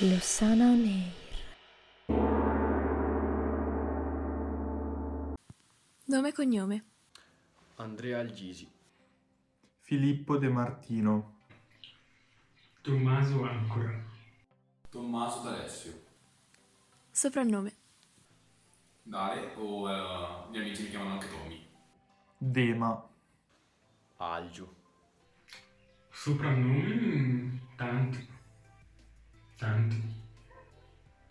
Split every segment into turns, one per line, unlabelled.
Roxana Oneir.
Nome e cognome.
Andrea Algisi,
Filippo De Martino,
Tommaso Ancora,
Tommaso D'Alessio.
Soprannome.
Dale o eh, gli amici mi chiamano anche Tommy.
Dema,
Algio,
Soprannomi mm, tanti, tanti.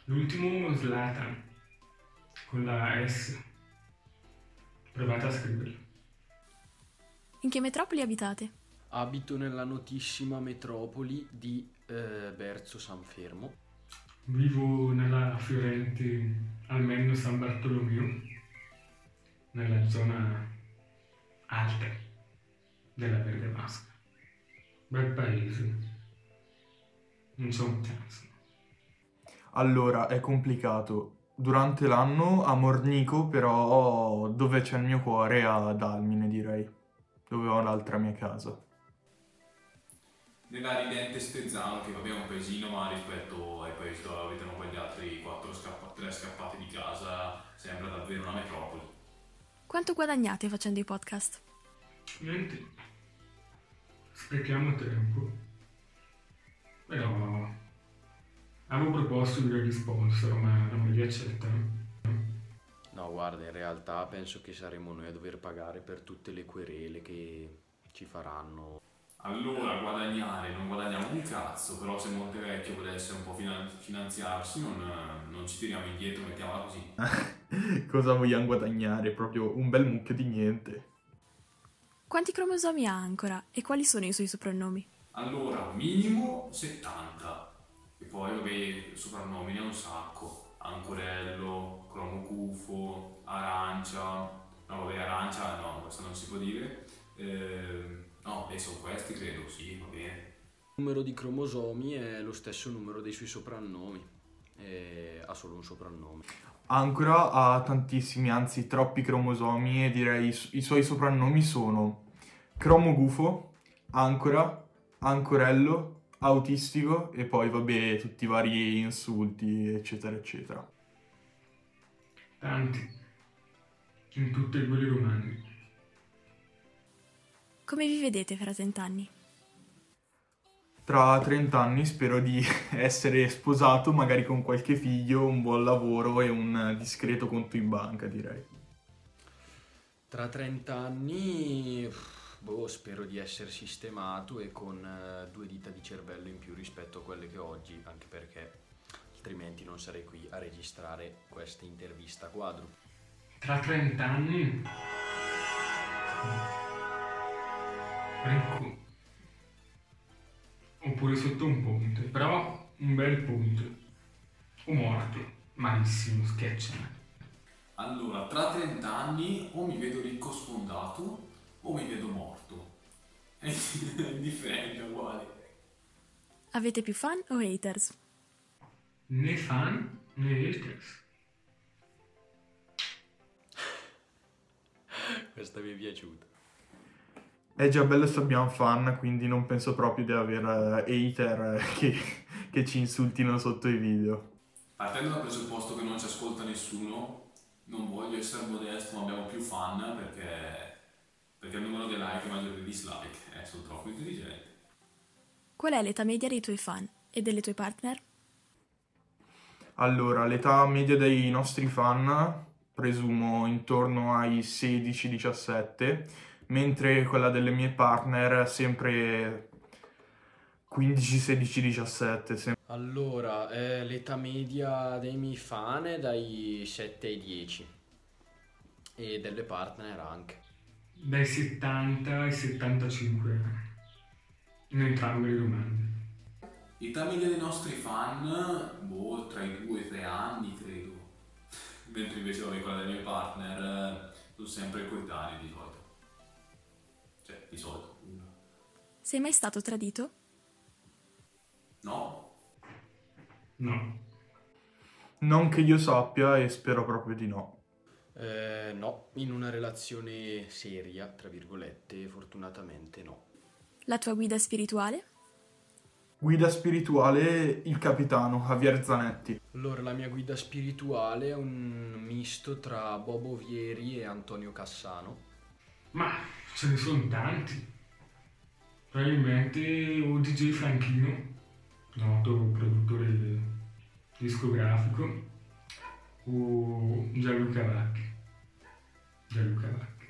L'ultimo Slatan con la S. Provate a scriverlo.
In che metropoli abitate?
abito nella notissima metropoli di eh, Berzo Sanfermo,
Vivo nella Fiorente, almeno San Bartolomeo, nella zona alta della Verde Vasca. Bel paese. Non so un cazzo.
Allora, è complicato. Durante l'anno a Mornico, però dove c'è il mio cuore ad Almine, direi. Dove ho l'altra mia casa.
Nella ridente Stezzano, che vabbè è un paesino, ma rispetto ai paesi dove abitano quegli altri 4 scappa- 3 scappati di casa, sembra davvero una metropoli.
Quanto guadagnate facendo i podcast?
Niente. Sprechiamo tempo. Però avevo proposto di risposta, ma non me li accettano.
No, guarda, in realtà penso che saremo noi a dover pagare per tutte le querele che ci faranno.
Allora, guadagnare, non guadagniamo un cazzo, però se Montevecchio volesse un po' finan- finanziarsi, non, eh, non ci tiriamo indietro, mettiamola così.
Cosa vogliamo guadagnare? Proprio un bel mucchio di niente.
Quanti cromosomi ha ancora e quali sono i suoi soprannomi?
Allora, minimo 70. E poi, vabbè, soprannomi ne ha un sacco. Ancorello, Cromo Gufo, Arancia. No, vabbè, Arancia no, questo non si può dire. Ehm, no, e sono questi, credo, sì, va bene.
Il numero di cromosomi è lo stesso numero dei suoi soprannomi, Eh, ha solo un soprannome.
Ancora ha tantissimi, anzi troppi cromosomi e direi i, su- i suoi soprannomi sono Cromo Gufo, Ancora, Ancorello, Autistico e poi vabbè tutti i vari insulti eccetera eccetera.
Tanti. In tutti e due i romani.
Come vi vedete fra vent'anni?
Tra 30 anni spero di essere sposato, magari con qualche figlio, un buon lavoro e un discreto conto in banca, direi.
Tra 30 anni, pff, boh, spero di essere sistemato e con eh, due dita di cervello in più rispetto a quelle che ho oggi, anche perché altrimenti non sarei qui a registrare questa intervista quadro.
Tra 30 anni... Ecco. Oppure sotto un ponte, però un bel ponte. O morto. Malissimo, schiacciato.
Allora, tra 30 anni o mi vedo ricco sfondato o mi vedo morto. È indifferente, è uguale.
Avete più fan o haters?
Né fan né haters.
Questa mi è piaciuta.
È già bello se abbiamo fan, quindi non penso proprio di avere eh, hater eh, che, che ci insultino sotto i video.
Partendo dal presupposto che non ci ascolta nessuno, non voglio essere modesto, ma abbiamo più fan perché, perché il numero dei like è maggiore dei dislike. Eh, sono troppo intelligente.
Qual è l'età media dei tuoi fan e delle tue partner?
Allora, l'età media dei nostri fan presumo intorno ai 16-17, mentre quella delle mie partner sempre 15-16-17, sempre.
Allora, eh, l'età media dei miei fan è dai 7 ai 10 e delle partner anche.
Dai 70 ai 75 anni. In entrambe le domande.
Età media dei nostri fan, boh, tra i 2 e i 3 anni credo. Mentre invece vabbè, quella dei miei partner eh, sono sempre coetanei di solito. Cioè, di solito.
Sei mai stato tradito?
No?
No.
Non che io sappia e spero proprio di no.
Eh, no, in una relazione seria, tra virgolette, fortunatamente no.
La tua guida spirituale?
Guida spirituale il capitano Javier Zanetti.
Allora, la mia guida spirituale è un misto tra Bobo Vieri e Antonio Cassano.
Ma ce ne sono tanti. Probabilmente o DJ Franchino, noto produttore discografico, o Gianluca Vacchi. Gianluca Vacchi.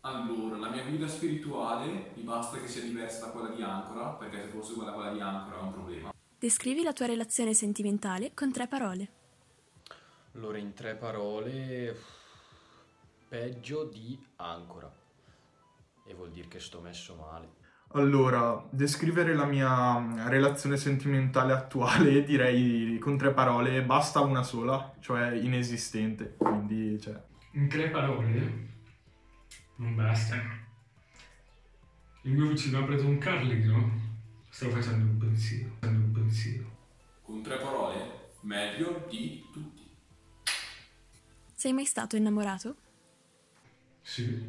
Allora, la mia guida spirituale mi basta che sia diversa da quella di Ancora, perché se fosse uguale a quella di Ancora è un problema.
Descrivi la tua relazione sentimentale con tre parole.
Allora, in tre parole, peggio di Ancora. E vuol dire che sto messo male.
Allora, descrivere la mia mm, relazione sentimentale attuale direi con tre parole, basta una sola, cioè inesistente. Quindi, cioè,
In tre parole non bastano. Il mio vicino ha preso un carlino. Stavo facendo un pensiero, facendo un pensiero.
Con tre parole, meglio di tutti.
Sei mai stato innamorato?
Sì.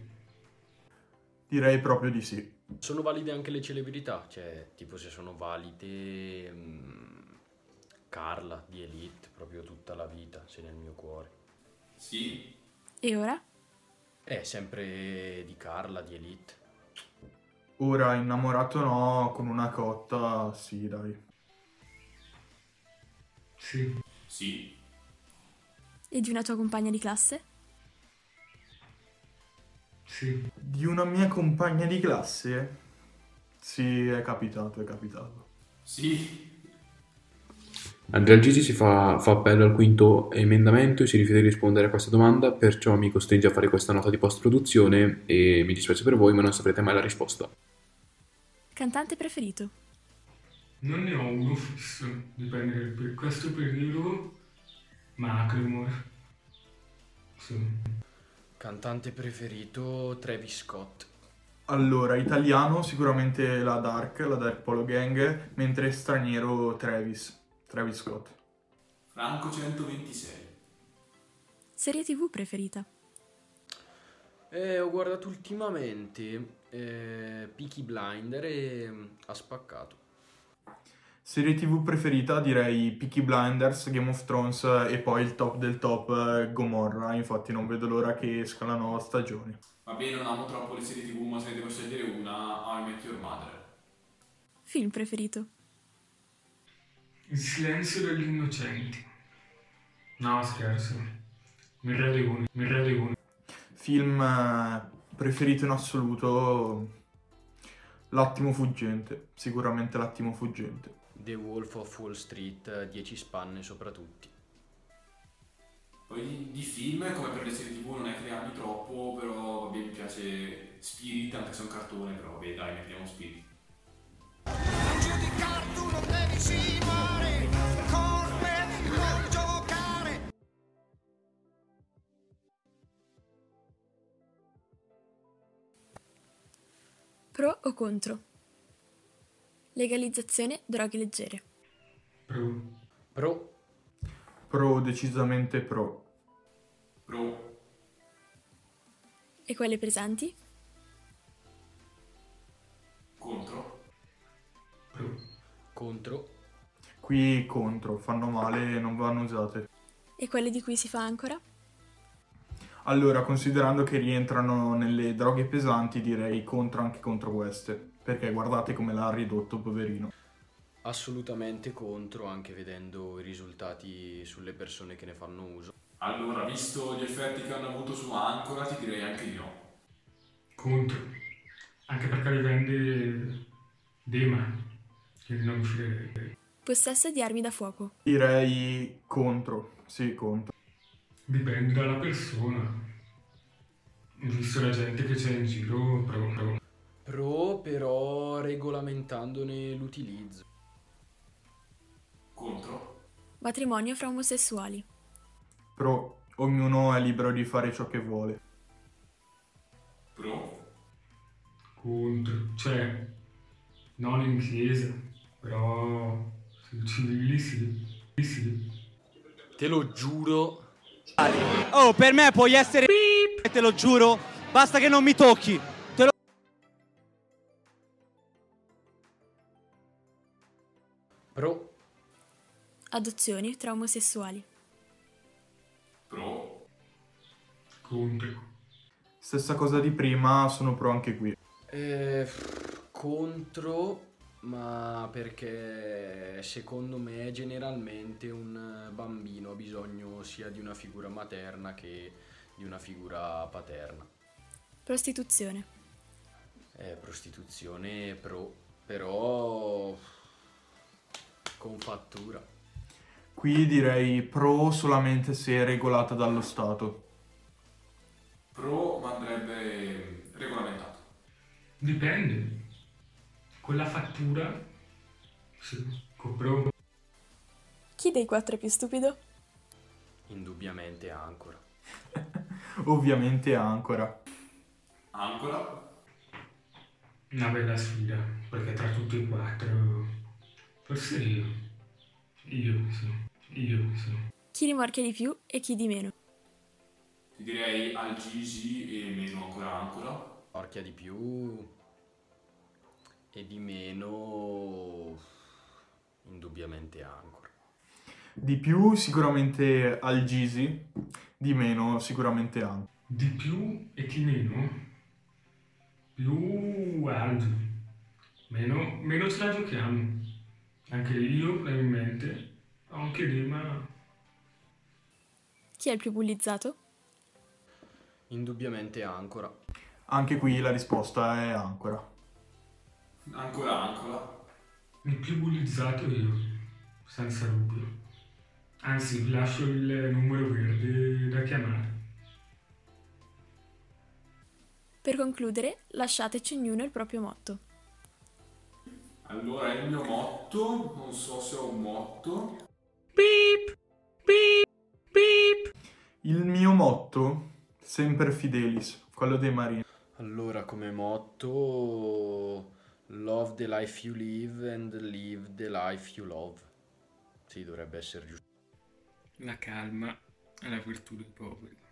direi proprio di sì.
Sono valide anche le celebrità, cioè, tipo se sono valide mm, Carla di Elite, proprio tutta la vita, se nel mio cuore.
Sì,
E ora?
Eh, sempre di Carla di Elite.
Ora innamorato no, con una cotta sì, dai.
Sì.
sì,
E di una tua compagna di classe?
Sì.
Di una mia compagna di classe? Sì, è capitato, è capitato.
sì.
Andrea Gisi si fa, fa appello al quinto emendamento e si rifiuta di rispondere a questa domanda, perciò mi costringe a fare questa nota di post-produzione e mi dispiace per voi, ma non saprete mai la risposta.
Cantante preferito?
Non ne ho uno fisso, dipende per questo periodo. Macklemore. Sì.
Cantante preferito Travis Scott.
Allora, italiano sicuramente la Dark, la Dark Polo Gang, mentre straniero Travis, Travis Scott.
Franco 126.
Serie tv preferita?
Eh, ho guardato ultimamente eh, Peaky Blinder e mm, ha spaccato.
Serie TV preferita direi Peaky Blinders, Game of Thrones e poi il top del top eh, Gomorra, infatti non vedo l'ora che esca la nuova stagione.
Va bene, non amo troppo le serie tv, ma se ne devo scegliere una, How I Met Your Mother.
Film preferito?
Il silenzio degli innocenti. No, scherzo. Mi Re Leone, mi Re Leone.
Film eh, preferito in assoluto L'attimo fuggente, sicuramente L'attimo fuggente.
The Wolf of Wall Street, 10 spanne sopra tutti.
Poi di, di film, come per le serie tv, non è che ne ami troppo, però vabbè, mi piace Spirit, anche se è un cartone, però vabbè, dai, mettiamo Spirit.
Non giudicar tu non devi simare, corpe non giocare.
Pro o contro? Legalizzazione droghe leggere.
Però
Pro,
Pro, decisamente pro.
Pro,
E quelle pesanti?
contro,
però,
contro,
Qui contro, fanno male e non vanno usate.
E quelle di cui si fa ancora?
Allora, considerando che rientrano nelle droghe pesanti, direi contro anche contro queste. Perché guardate come l'ha ridotto, poverino.
assolutamente contro, anche vedendo i risultati sulle persone che ne fanno uso.
Allora, visto gli effetti che hanno avuto su Ancora, ti direi anche di no.
contro. Anche perché li vende Dema, che non uscirei.
Possesso di armi da fuoco.
Direi contro, sì, contro.
Dipende dalla persona. Visto la gente che c'è in giro, però, però.
Pro però regolamentandone l'utilizzo.
Contro,
Matrimonio fra omosessuali.
Però ognuno è libero di fare ciò che vuole.
pro,
Contro. Cioè, non in chiesa, però sui civili sì. Sì, sì.
Te lo giuro,
Oh, per me puoi essere e te lo giuro, basta che non mi tocchi. Te lo...
Pro.
Adozioni tra omosessuali.
Pro.
Conte.
Stessa cosa di prima, sono pro anche qui.
Eh, pff, contro, ma perché secondo me generalmente un bambino ha bisogno sia di una figura materna che di una figura paterna.
Prostituzione.
Eh, prostituzione pro, però con fattura.
Qui direi pro solamente se regolata dallo Stato.
Pro ma andrebbe mm, regolamentato.
Dipende. Con la fattura. Sì, compro.
Chi dei quattro è più stupido?
Indubbiamente ancora.
Ovviamente ancora.
Ancora.
Una bella sfida, perché tra tutti e quattro. Forse io. Io sì. Io sì.
Chi rimorchia di più e chi di meno?
Ti direi al Gigi e meno ancora ancora.
Orchia di più e di meno indubbiamente ancora.
Di più sicuramente al Gisi, di meno sicuramente anche.
Di più e chi meno? Più alto. Meno, meno ce la giochiamo. Anche io, probabilmente. Ho anche lì, ma.
Chi è il più bullizzato?
Indubbiamente ancora.
Anche qui la risposta è ancora.
Ancora ancora.
Il più bullizzato io, senza dubbio. Anzi, vi lascio il numero verde da chiamare.
Per concludere, lasciateci ognuno il proprio motto.
Allora il mio motto, non so se ho un motto.
Il mio motto, sempre fidelis, quello dei marini.
Allora, come motto, love the life you live and live the life you love. Sì, dovrebbe essere giusto.
La calma è la virtù dei poveri.